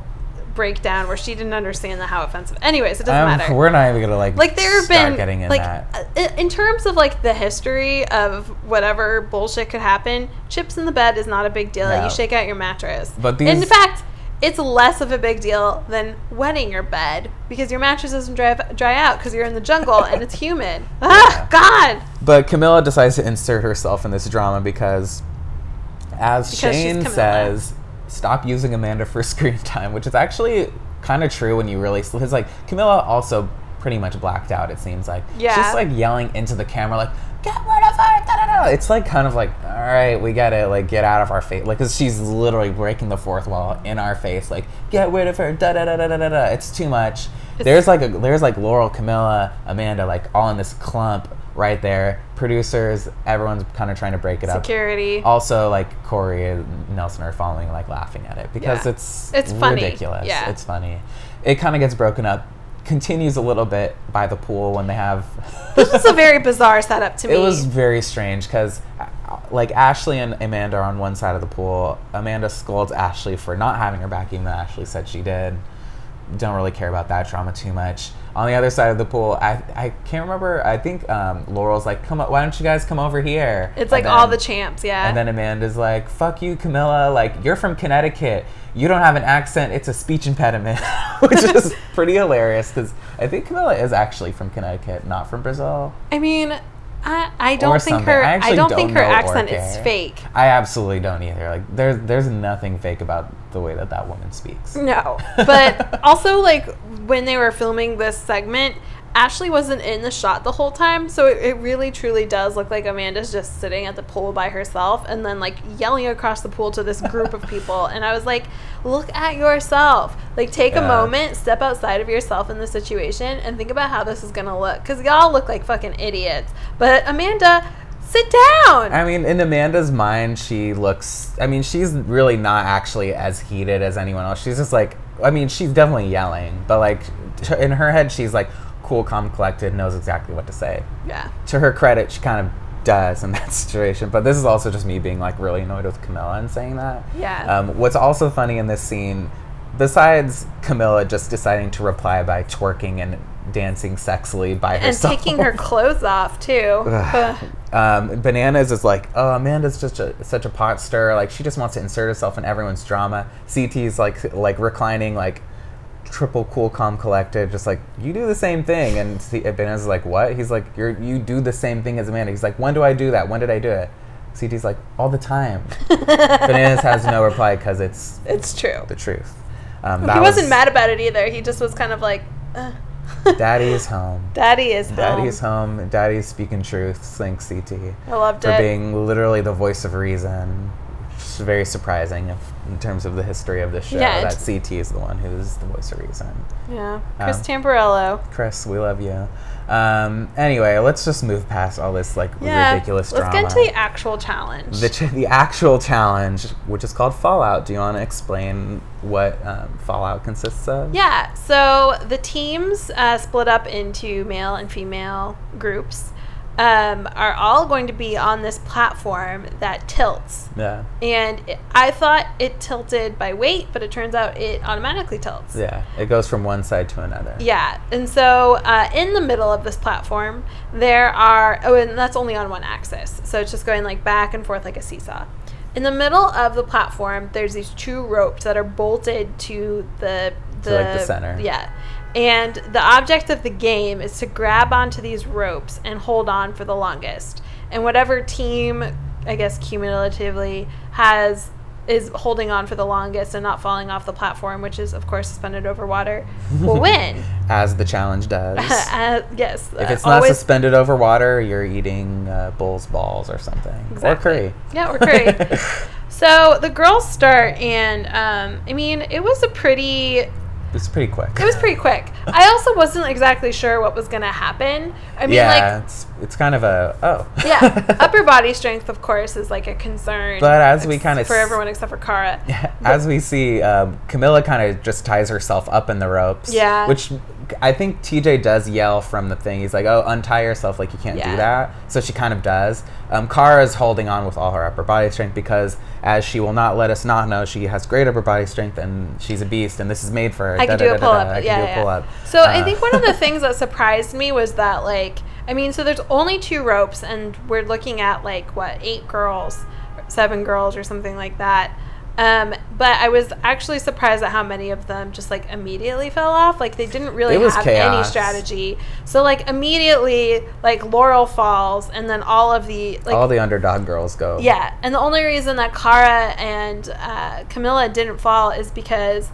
Speaker 1: breakdown where she didn't understand the how offensive. Anyways, it doesn't
Speaker 2: Um,
Speaker 1: matter.
Speaker 2: We're not even gonna like
Speaker 1: like there have
Speaker 2: start
Speaker 1: been
Speaker 2: getting in
Speaker 1: like
Speaker 2: that.
Speaker 1: uh, i- in terms of like the history of whatever bullshit could happen chips in the bed is not a big deal
Speaker 2: No.
Speaker 1: you shake out your mattress
Speaker 2: But
Speaker 1: in
Speaker 2: these-
Speaker 1: fact it's less of a big deal than wetting your bed because your mattress doesn't dry, dry out because you're in the jungle and it's humid ah god
Speaker 2: But Camilla decides to insert herself in this drama because, as
Speaker 1: Because she's
Speaker 2: Shane
Speaker 1: Camilla.
Speaker 2: says, stop using Amanda for screen time, which is actually kind of true when you really. It's like Camilla also pretty much blacked out. It seems like
Speaker 1: Yeah.
Speaker 2: she's like yelling into the camera like. Get rid of her! Da, da, da. It's like kind of like, all right, we gotta like get out of our face, like, cause she's literally breaking the fourth wall in our face, like, get rid of her! Da da da da da da. da. It's too much. There's like a there's like Laurel, Camilla, Amanda, like all in this clump right there. Producers, everyone's kind of trying to break it up.
Speaker 1: security
Speaker 2: Also, like Corey and Nelson are following, like laughing at it because
Speaker 1: Yeah.
Speaker 2: it's
Speaker 1: It's funny.
Speaker 2: ridiculous.
Speaker 1: Yeah.
Speaker 2: It's funny. It kind of gets broken up. Continues a little bit by the pool when they have.
Speaker 1: this was a very bizarre setup to me
Speaker 2: It was very strange because, like, Ashley and Amanda are on one side of the pool. Amanda scolds Ashley for not having her back, even though Ashley said she did. Don't really care about that drama too much. On the other side of the pool, I, I can't remember. I think um, Laurel's like, come up, why don't you guys come over here?
Speaker 1: it's
Speaker 2: And
Speaker 1: like all the
Speaker 2: then-
Speaker 1: champs yeah
Speaker 2: and then Amanda's like, fuck you, Camilla. Like, you're from Connecticut. You don't have an accent. It's a speech impediment, which is pretty hilarious because I think Camilla is actually from Connecticut, not from Brazil.
Speaker 1: i mean I, I don't think
Speaker 2: something.
Speaker 1: her
Speaker 2: I
Speaker 1: I,
Speaker 2: actually
Speaker 1: don't,
Speaker 2: don't
Speaker 1: think her
Speaker 2: know or
Speaker 1: accent is
Speaker 2: care.
Speaker 1: fake.
Speaker 2: I absolutely don't either. Like, there's there's nothing fake about the way that that woman speaks.
Speaker 1: No. But also, like, when they were filming this segment, Ashley wasn't in the shot the whole time. So it, it really, truly does look like Amanda's just sitting at the pool by herself and then, like, yelling across the pool to this group of people. And I was like, look at yourself. Like, take
Speaker 2: Yeah.
Speaker 1: a moment, step outside of yourself in the situation, and think about how this is going to look. Because y'all look like fucking idiots. But Amanda, sit down.
Speaker 2: I mean, in Amanda's mind, she looks. I mean, she's really not actually as heated as anyone else. She's just like, I mean, she's definitely yelling, but like t- in her head, she's like cool, calm, collected, knows exactly what to say.
Speaker 1: yeah.
Speaker 2: To her credit, she kind of does in that situation. But this is also just me being like really annoyed with Camilla and saying that.
Speaker 1: Yeah.
Speaker 2: Um, what's also funny in this scene, besides Camilla just deciding to reply by twerking and dancing sexily by
Speaker 1: and
Speaker 2: herself,
Speaker 1: taking her clothes off, too. Ugh.
Speaker 2: um, Bananas is like, oh, Amanda's just a, such a pot stir. Like she just wants to insert herself in everyone's drama. CT's like like reclining like triple cool calm collected just like you do the same thing and C- bananas is like what he's like you're you do the same thing as amanda he's like when do i do that when did i do it ct's like all the time bananas has no reply because it's
Speaker 1: it's true.
Speaker 2: the truth um,
Speaker 1: He wasn't mad about it either. He just was kind of like, uh,
Speaker 2: daddy's home
Speaker 1: "Daddy is home."
Speaker 2: daddy's home daddy's speaking truth thanks ct
Speaker 1: I loved
Speaker 2: for
Speaker 1: it.
Speaker 2: being literally the voice of reason. it's very surprising if, in terms of the history of this show
Speaker 1: Yeah,
Speaker 2: that
Speaker 1: it's-
Speaker 2: CT is the one who's the voice of reason.
Speaker 1: Yeah. Chris
Speaker 2: Um,
Speaker 1: Tamborello.
Speaker 2: Chris, we love you. Um, anyway, let's just move past all this like
Speaker 1: Yeah.
Speaker 2: ridiculous
Speaker 1: Let's
Speaker 2: drama.
Speaker 1: get to the actual challenge.
Speaker 2: the, ch- the actual challenge, which is called Fallout. Do you want to explain what um, Fallout consists of?
Speaker 1: Yeah, so the teams uh, split up into male and female groups um, are all going to be on this platform that tilts.
Speaker 2: Yeah.
Speaker 1: And it, I thought it tilted by weight, but it turns out it automatically tilts.
Speaker 2: Yeah. It goes from one side to another.
Speaker 1: Yeah, and so uh, in the middle of this platform, there are, oh, and that's only on one axis. So it's just going like back and forth like a seesaw. In the middle of the platform, there's these two ropes that are bolted to the, the,
Speaker 2: To, like, the center.
Speaker 1: Yeah. And the object of the game is to grab onto these ropes and hold on for the longest. And whatever team, I guess cumulatively, has is holding on for the longest and not falling off the platform, which is of course suspended over water, will win.
Speaker 2: As the challenge does.
Speaker 1: Uh, yes.
Speaker 2: if it's
Speaker 1: uh,
Speaker 2: not
Speaker 1: always-
Speaker 2: suspended over water, you're eating uh, bull's balls or something.
Speaker 1: Exactly.
Speaker 2: Or curry.
Speaker 1: Yeah, or curry. so the girls start, and um, I mean, it was a pretty
Speaker 2: it's pretty quick.
Speaker 1: it was pretty quick. I also wasn't exactly sure what was going to happen. I mean,
Speaker 2: yeah, it's, it's kind of a oh
Speaker 1: like, yeah, upper body strength, of course, is like a concern.
Speaker 2: But as we
Speaker 1: ex-
Speaker 2: kinda
Speaker 1: for
Speaker 2: s-
Speaker 1: everyone except for Kara,
Speaker 2: As we see, um, Camilla kind of just ties herself up in the ropes.
Speaker 1: Yeah.
Speaker 2: Which I think TJ does yell from the thing. He's like, oh, untie yourself. Like, you can't
Speaker 1: Yeah.
Speaker 2: do that. So she kind of does. Um, Kara's holding on with all her upper body strength because, as she will not let us not know, she has great upper body strength and she's a beast and this is made for her.
Speaker 1: I could do a
Speaker 2: Da-da-da-da-da.
Speaker 1: pull up.
Speaker 2: I could
Speaker 1: yeah,
Speaker 2: do a
Speaker 1: yeah.
Speaker 2: pull up.
Speaker 1: So I
Speaker 2: Uh,
Speaker 1: think one of the things that surprised me was that like I mean, so there's only two ropes, and we're looking at like what eight girls, seven girls, or something like that. Um, but I was actually surprised at how many of them just like immediately fell off. Like they didn't really
Speaker 2: It was
Speaker 1: have any
Speaker 2: chaos.
Speaker 1: strategy. So like immediately, like Laurel falls, and then all of the like
Speaker 2: all the underdog girls go.
Speaker 1: yeah, and the only reason that Kara and uh, Camilla didn't fall is because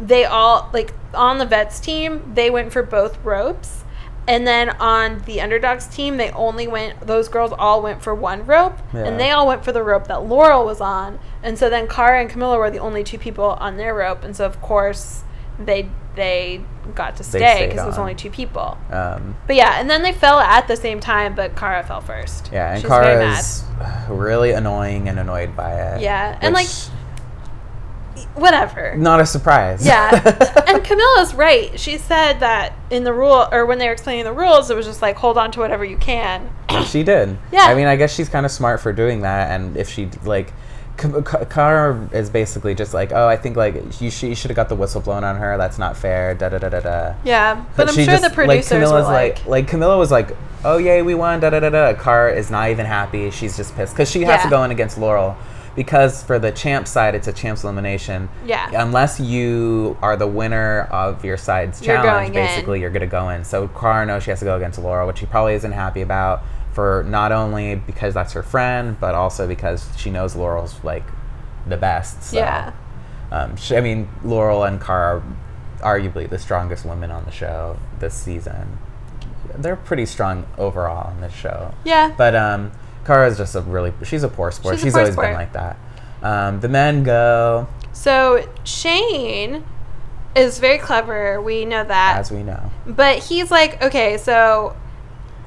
Speaker 1: they all like on the vets team they went for both ropes, and then on the underdogs team they only went those girls all went for one rope,
Speaker 2: Yeah.
Speaker 1: and they all went for the rope that Laurel was on, and so then Kara and Camilla were the only two people on their rope, and so of course they they got to stay
Speaker 2: stayed
Speaker 1: because it was
Speaker 2: on.
Speaker 1: only two people.
Speaker 2: Um,
Speaker 1: But yeah, and then they fell at the same time, but Kara fell first.
Speaker 2: yeah, and
Speaker 1: She's very mad.
Speaker 2: Kara's really annoying and annoyed by it.
Speaker 1: Yeah, and,
Speaker 2: which-
Speaker 1: Whatever.
Speaker 2: Not a surprise.
Speaker 1: Yeah. and Camilla's right. She said that in the rule, or when they were explaining the rules, it was just like, hold on to whatever you can.
Speaker 2: And she did.
Speaker 1: Yeah.
Speaker 2: I mean, I guess she's kind of smart for doing that. And if she like, K- K- Kara is basically just like, oh, I think like you, she should have got the whistle blown on her. That's not fair. Da da da da da.
Speaker 1: Yeah. But, I'm
Speaker 2: she
Speaker 1: sure the
Speaker 2: just- like,
Speaker 1: producers were
Speaker 2: Camilla's
Speaker 1: like,
Speaker 2: like, Camilla was like, oh yay, we won. Da da da da. Kara is not even happy. She's just pissed because she has to
Speaker 1: Yeah.
Speaker 2: go in against Laurel. Because for the champ side, it's a champ's elimination.
Speaker 1: Yeah.
Speaker 2: Unless you are the winner of your side's
Speaker 1: You're
Speaker 2: challenge,
Speaker 1: going in.
Speaker 2: basically, you're going to go in. So Cara knows she has to go against Laurel, which she probably isn't happy about for not only because that's her friend, but also because she knows Laurel's like the best. So.
Speaker 1: yeah.
Speaker 2: Um, sh I mean, Laurel and Cara are arguably the strongest women on the show this season. They're pretty strong overall on this show.
Speaker 1: Yeah.
Speaker 2: But um, Kara's just a really, she's a poor sport.
Speaker 1: She's
Speaker 2: She's,
Speaker 1: a poor
Speaker 2: always
Speaker 1: sport.
Speaker 2: been like that. Um, the men go,
Speaker 1: so Shane is very clever. We know that.
Speaker 2: as we know.
Speaker 1: but he's like, okay, so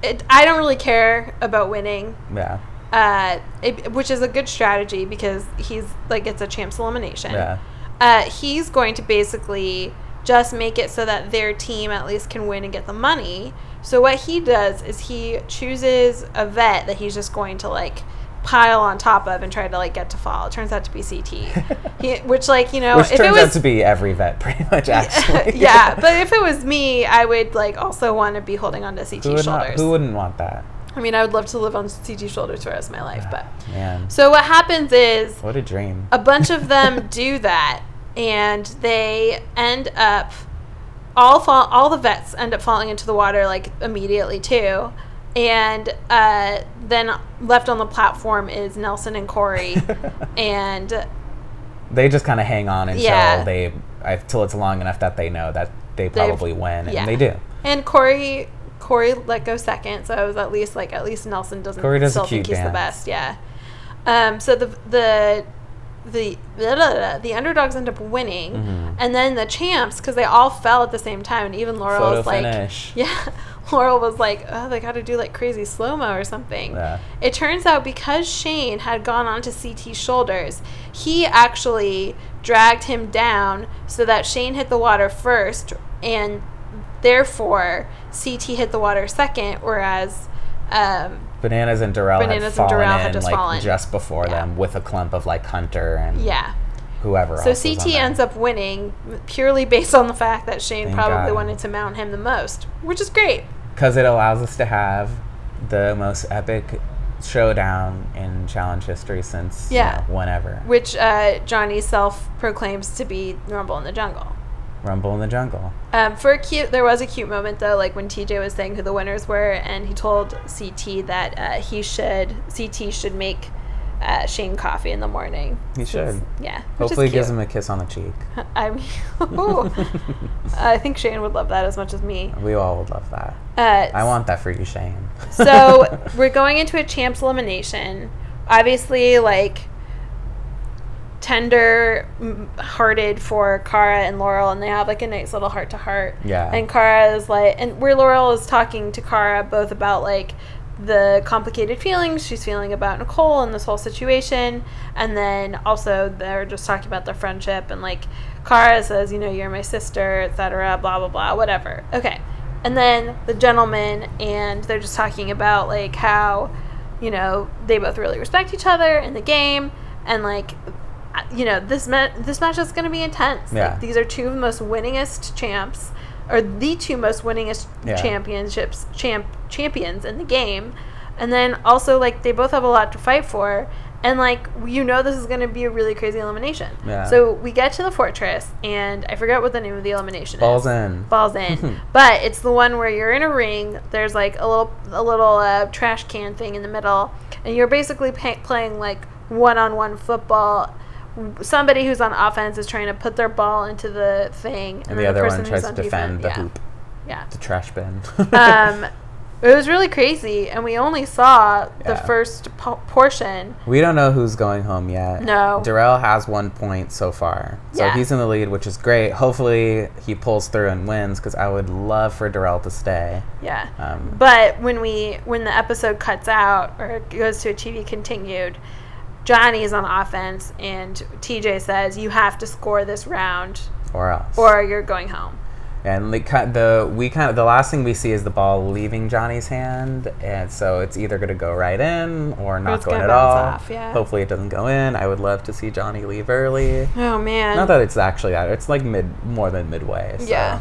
Speaker 1: it, I don't really care about winning.
Speaker 2: Yeah.
Speaker 1: Uh, it, which is a good strategy because he's like it's a champs elimination.
Speaker 2: Yeah.
Speaker 1: uh, he's going to basically just make it so that their team at least can win and get the money. So what he does is he chooses a vet that he's just going to like pile on top of and try to like get to fall. It turns out to be CT, he, which like you know
Speaker 2: Which
Speaker 1: if
Speaker 2: turns
Speaker 1: it
Speaker 2: out
Speaker 1: was
Speaker 2: to be every vet, pretty much, actually.
Speaker 1: yeah, but if it was me, I would like also want to be holding on to CT's
Speaker 2: who,
Speaker 1: shoulders.
Speaker 2: would not, who wouldn't want that?
Speaker 1: I mean, I would love to live on CT's shoulders for the rest of my life, but
Speaker 2: Man,
Speaker 1: so what happens is
Speaker 2: what a dream.
Speaker 1: a bunch of them do that and they end up all fall all the vets end up falling into the water like immediately too and uh, then left on the platform is nelson and corey and
Speaker 2: they just kind of hang on until
Speaker 1: Yeah.
Speaker 2: they, until it's long enough that they know that they probably win, and
Speaker 1: yeah.
Speaker 2: they do.
Speaker 1: and corey corey let go second so i was at least like at least nelson doesn't
Speaker 2: Corey does a
Speaker 1: still think
Speaker 2: cute
Speaker 1: he's the
Speaker 2: dance.
Speaker 1: best yeah um, so the the the blah, blah, blah, the underdogs end up winning,
Speaker 2: Mm-hmm.
Speaker 1: and then the champs because they all fell at the same time, and even Laurel
Speaker 2: Photo
Speaker 1: was like,
Speaker 2: finish.
Speaker 1: yeah, Laurel was like, oh, they got to do like crazy slow mo or something.
Speaker 2: Yeah.
Speaker 1: It turns out because Shane had gone on to CT shoulders, he actually dragged him down so that Shane hit the water first, and therefore CT hit the water second, whereas. Um,
Speaker 2: Bananas and Darrell had
Speaker 1: Bananas and
Speaker 2: fallen
Speaker 1: Darrell
Speaker 2: in
Speaker 1: had just
Speaker 2: like
Speaker 1: fallen.
Speaker 2: just before
Speaker 1: Yeah.
Speaker 2: them with a clump of like Hunter and
Speaker 1: yeah.
Speaker 2: whoever.
Speaker 1: So
Speaker 2: else was on
Speaker 1: CT
Speaker 2: there.
Speaker 1: ends up winning purely based on the fact that Shane
Speaker 2: Thank
Speaker 1: probably
Speaker 2: God.
Speaker 1: wanted to mount him the most, which is great.
Speaker 2: because it allows us to have the most epic showdown in challenge history since you
Speaker 1: Yeah.
Speaker 2: know, whenever
Speaker 1: Which uh, Johnny self proclaims to be Rumble in the Jungle.
Speaker 2: Rumble in the Jungle.
Speaker 1: Um, for a cute, there was a cute moment though, like when TJ was saying who the winners were, and he told CT that uh, he should CT should make uh, Shane coffee in the morning.
Speaker 2: He
Speaker 1: Since-
Speaker 2: should.
Speaker 1: yeah.
Speaker 2: Hopefully, it
Speaker 1: gives
Speaker 2: gives him a kiss on the cheek.
Speaker 1: I mean, ooh. I think Shane would love that as much as me.
Speaker 2: We all would love that.
Speaker 1: Uh,
Speaker 2: I want that for you, Shane.
Speaker 1: so we're going into a champs elimination. Obviously, like tender m- hearted for Kara and Laurel, and they have like a nice little heart to heart.
Speaker 2: Yeah.
Speaker 1: And Kara is like, and where Laurel is talking to Kara both about like the complicated feelings she's feeling about Nicole and this whole situation, and then also they're just talking about their friendship and like Kara says, you know, you're my sister, etc. Blah blah blah, whatever. Okay. And then the gentleman, and they're just talking about like how, you know, they both really respect each other in the game, and like, uh, you know, this ma- this match is going to be intense.
Speaker 2: Yeah.
Speaker 1: Like, these are two of the most winningest champs, or the two most winningest
Speaker 2: Yeah.
Speaker 1: championships champ champions in the game, and then also like they both have a lot to fight for, and like you know this is going to be a really crazy elimination.
Speaker 2: Yeah.
Speaker 1: So we get to the fortress, and I forget what the name of the elimination
Speaker 2: Balls
Speaker 1: is
Speaker 2: in.
Speaker 1: balls in. but it's the one where you're in a ring. There's like a little a little uh, trash can thing in the middle, and you're basically pa playing like one on one football. Somebody who's on offense is trying to put their ball into the thing, then
Speaker 2: and the other
Speaker 1: person
Speaker 2: one
Speaker 1: who's
Speaker 2: tries to
Speaker 1: on defense-
Speaker 2: defend the
Speaker 1: yeah,
Speaker 2: hoop,
Speaker 1: Yeah.
Speaker 2: the trash bin.
Speaker 1: Um, it was really crazy, and we only saw the
Speaker 2: Yeah.
Speaker 1: first po- portion.
Speaker 2: we don't know who's going home yet.
Speaker 1: No.
Speaker 2: Darrell has one point so far. So
Speaker 1: Yeah.
Speaker 2: he's in the lead, which is great. Hopefully, he pulls through and wins because I would love for Darrell to stay.
Speaker 1: Yeah.
Speaker 2: Um,
Speaker 1: But when we when the episode cuts out or goes to a TV continued, Johnny is on offense and TJ says you have to score this round
Speaker 2: or else.
Speaker 1: or you're going home.
Speaker 2: And like ki- the we kind of the last thing we see is the ball leaving Johnny's hand, and so it's either going to go right in or not
Speaker 1: it's
Speaker 2: going at
Speaker 1: gonna
Speaker 2: all.
Speaker 1: bounce off, yeah.
Speaker 2: Hopefully, it doesn't go in. I would love to see Johnny leave early.
Speaker 1: Oh man.
Speaker 2: Not that it's actually that; it's like mid more than midway. So
Speaker 1: Yeah.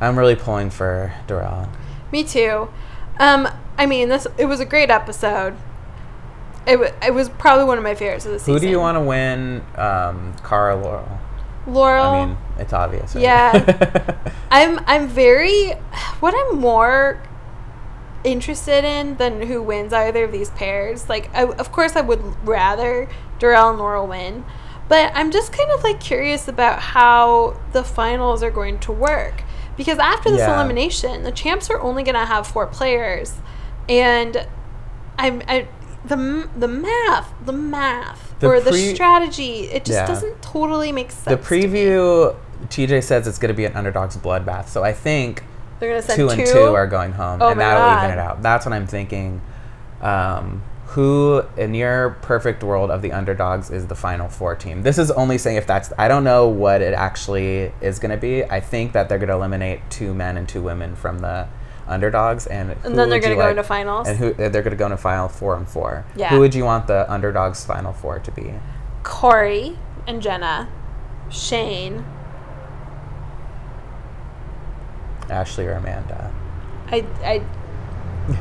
Speaker 2: I'm really pulling for Darrell.
Speaker 1: Me too. Um I mean this it was a great episode. It, w- it was probably one of my favorites of the season.
Speaker 2: Who do you want to win, um, Cara or Laurel?
Speaker 1: Laurel?
Speaker 2: I mean, it's obvious.
Speaker 1: Oh.
Speaker 2: Right?
Speaker 1: Yeah. I'm I'm very what I'm more interested in than who wins either of these pairs. Like I, of course I would rather Darrell and Laurel win, but I'm just kind of like curious about how the finals are going to work because after this
Speaker 2: Yeah.
Speaker 1: elimination, the champs are only going to have four players and I'm I the, m- the math the math
Speaker 2: The
Speaker 1: or
Speaker 2: pre-
Speaker 1: the strategy it just
Speaker 2: Yeah.
Speaker 1: doesn't totally make sense
Speaker 2: the
Speaker 1: to me.
Speaker 2: preview, TJ says it's going to be an underdog's bloodbath. So I think
Speaker 1: they're going to send
Speaker 2: two and two are going home,
Speaker 1: Oh
Speaker 2: and
Speaker 1: my
Speaker 2: that'll
Speaker 1: God.
Speaker 2: even it out. That's what I'm thinking. Um, who in your perfect world of the underdogs is the final four team? This is only saying if that's. I don't know what it actually is going to be. I think that they're going to eliminate two men and two women from the underdogs, and who
Speaker 1: And then they're
Speaker 2: would you
Speaker 1: going to go
Speaker 2: like-
Speaker 1: into finals.
Speaker 2: And who uh, they're going to go into final four and four.
Speaker 1: Yeah.
Speaker 2: Who would you want the underdogs final four to be?
Speaker 1: Corey and Jenna, Shane.
Speaker 2: Ashley or Amanda?
Speaker 1: I, I,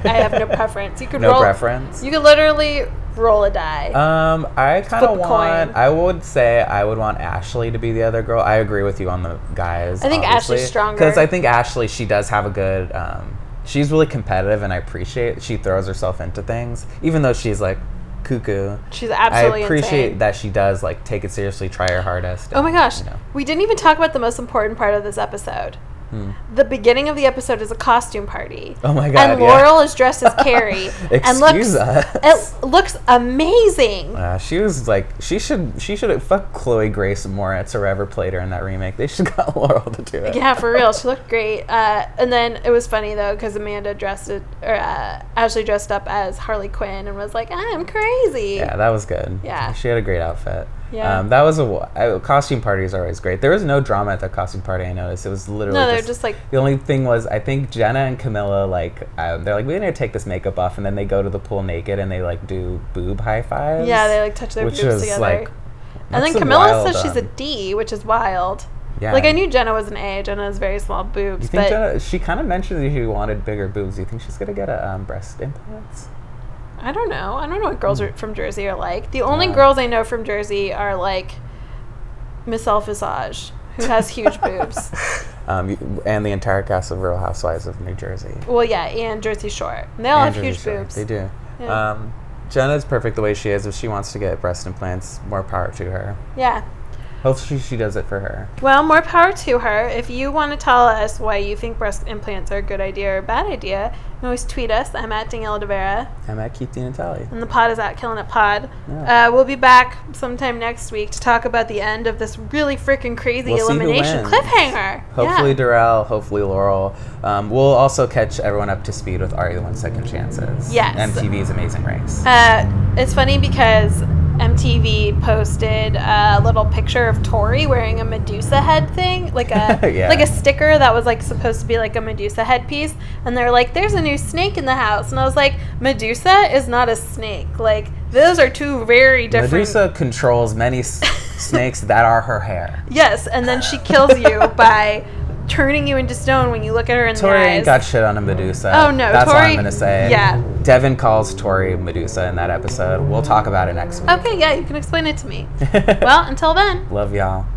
Speaker 1: I have no preference. You could
Speaker 2: No
Speaker 1: roll.
Speaker 2: preference.
Speaker 1: You could literally roll a die.
Speaker 2: Um, I kind
Speaker 1: flip
Speaker 2: of
Speaker 1: a
Speaker 2: want.
Speaker 1: coin.
Speaker 2: I would say I would want Ashley to be the other girl. I agree with you on the guys.
Speaker 1: I think Ashley's stronger.
Speaker 2: because I think Ashley she does have a good. Um, she's really competitive, and I appreciate she throws herself into things, even though she's like cuckoo.
Speaker 1: She's
Speaker 2: I
Speaker 1: absolutely
Speaker 2: appreciate
Speaker 1: insane.
Speaker 2: that she does like take it seriously, try her hardest.
Speaker 1: Oh my
Speaker 2: and,
Speaker 1: gosh,
Speaker 2: you know.
Speaker 1: we didn't even talk about the most important part of this episode.
Speaker 2: Hmm.
Speaker 1: The beginning of the episode is a costume party.
Speaker 2: Oh my god.
Speaker 1: and
Speaker 2: yeah.
Speaker 1: Laurel is dressed as Carrie and looks
Speaker 2: Excuse us.
Speaker 1: it looks amazing.
Speaker 2: Uh, she was like, she should, she should fuck Chloe Grace Moritz or ever played her in that remake. They should got Laurel to do it.
Speaker 1: Yeah, for real. She looked great. Uh, and then it was funny though because Amanda dressed it, or uh, Ashley dressed up as Harley Quinn and was like, "I'm crazy."
Speaker 2: Yeah, that was good.
Speaker 1: Yeah.
Speaker 2: she had a great outfit.
Speaker 1: Yeah.
Speaker 2: um, that was a wa- uh, costume parties are always great. There was no drama at the costume party. I noticed it was literally
Speaker 1: no, they're
Speaker 2: just
Speaker 1: just like,
Speaker 2: The only thing was, I think Jenna and Camilla like um, they're like we need to take this makeup off, and then they go to the pool naked and they like do boob high fives.
Speaker 1: yeah, they like touch their
Speaker 2: which
Speaker 1: boobs
Speaker 2: is,
Speaker 1: together.
Speaker 2: like,
Speaker 1: and then
Speaker 2: that's a
Speaker 1: Camilla
Speaker 2: wild,
Speaker 1: says she's a
Speaker 2: um,
Speaker 1: D, which is wild.
Speaker 2: yeah.
Speaker 1: Like I knew Jenna was an A. Jenna has very small
Speaker 2: You
Speaker 1: boobs,
Speaker 2: think
Speaker 1: but
Speaker 2: Jenna, she kind of mentioned that she wanted bigger boobs. Do you think she's gonna get a um, breast implants?
Speaker 1: I don't know. I don't know what girls are, from Jersey are like. The only
Speaker 2: Hmm. Yeah.
Speaker 1: girls I know from Jersey are like Miss El Visage, who has huge boobs.
Speaker 2: Um, you- and the entire cast of Real Housewives of New Jersey.
Speaker 1: Well, yeah, and Jersey Shore. And they all
Speaker 2: And
Speaker 1: have
Speaker 2: Jersey
Speaker 1: huge
Speaker 2: Shore.
Speaker 1: boobs.
Speaker 2: They do.
Speaker 1: Yeah.
Speaker 2: Um, Jenna's perfect the way she is. If she wants to get breast implants, more power to her.
Speaker 1: Yeah.
Speaker 2: Hopefully, she does it for her.
Speaker 1: Well, more power to her. If you want to tell us why you think breast implants are a good idea or a bad idea, you can always tweet us. I'm at Danielle Devera,
Speaker 2: I'm at Keith Dean Tally.
Speaker 1: and the pod is at Killing It Pod.
Speaker 2: Yeah.
Speaker 1: Uh, we'll be back sometime next week to talk about the end of this really freaking crazy
Speaker 2: We'll see who
Speaker 1: elimination
Speaker 2: wins.
Speaker 1: cliffhanger.
Speaker 2: Hopefully,
Speaker 1: yeah.
Speaker 2: Darrell. Hopefully, Laurel. Um, we'll also catch everyone up to speed with Are You the One Second Chances?
Speaker 1: Yes.
Speaker 2: MTV's Amazing Race.
Speaker 1: Uh, it's funny because MTV posted a little picture of Tori wearing a Medusa head thing, like a
Speaker 2: Yeah.
Speaker 1: like a sticker that was like supposed to be like a Medusa headpiece, and they're like, "There's a new snake in the house," and I was like, "Medusa is not a snake. Like those are two very different."
Speaker 2: Medusa controls many s- snakes that are her hair.
Speaker 1: Yes, and then she kills you by turning you into stone when you look at her in
Speaker 2: Tori
Speaker 1: the eyes.
Speaker 2: ain't got shit on a Medusa.
Speaker 1: Oh, no,
Speaker 2: That's all I'm
Speaker 1: Tori-
Speaker 2: gonna say.
Speaker 1: yeah.
Speaker 2: Devin calls Tori Medusa in that episode. We'll talk about it next week.
Speaker 1: okay, yeah, you can explain it to me. well, until then.
Speaker 2: Love y'all.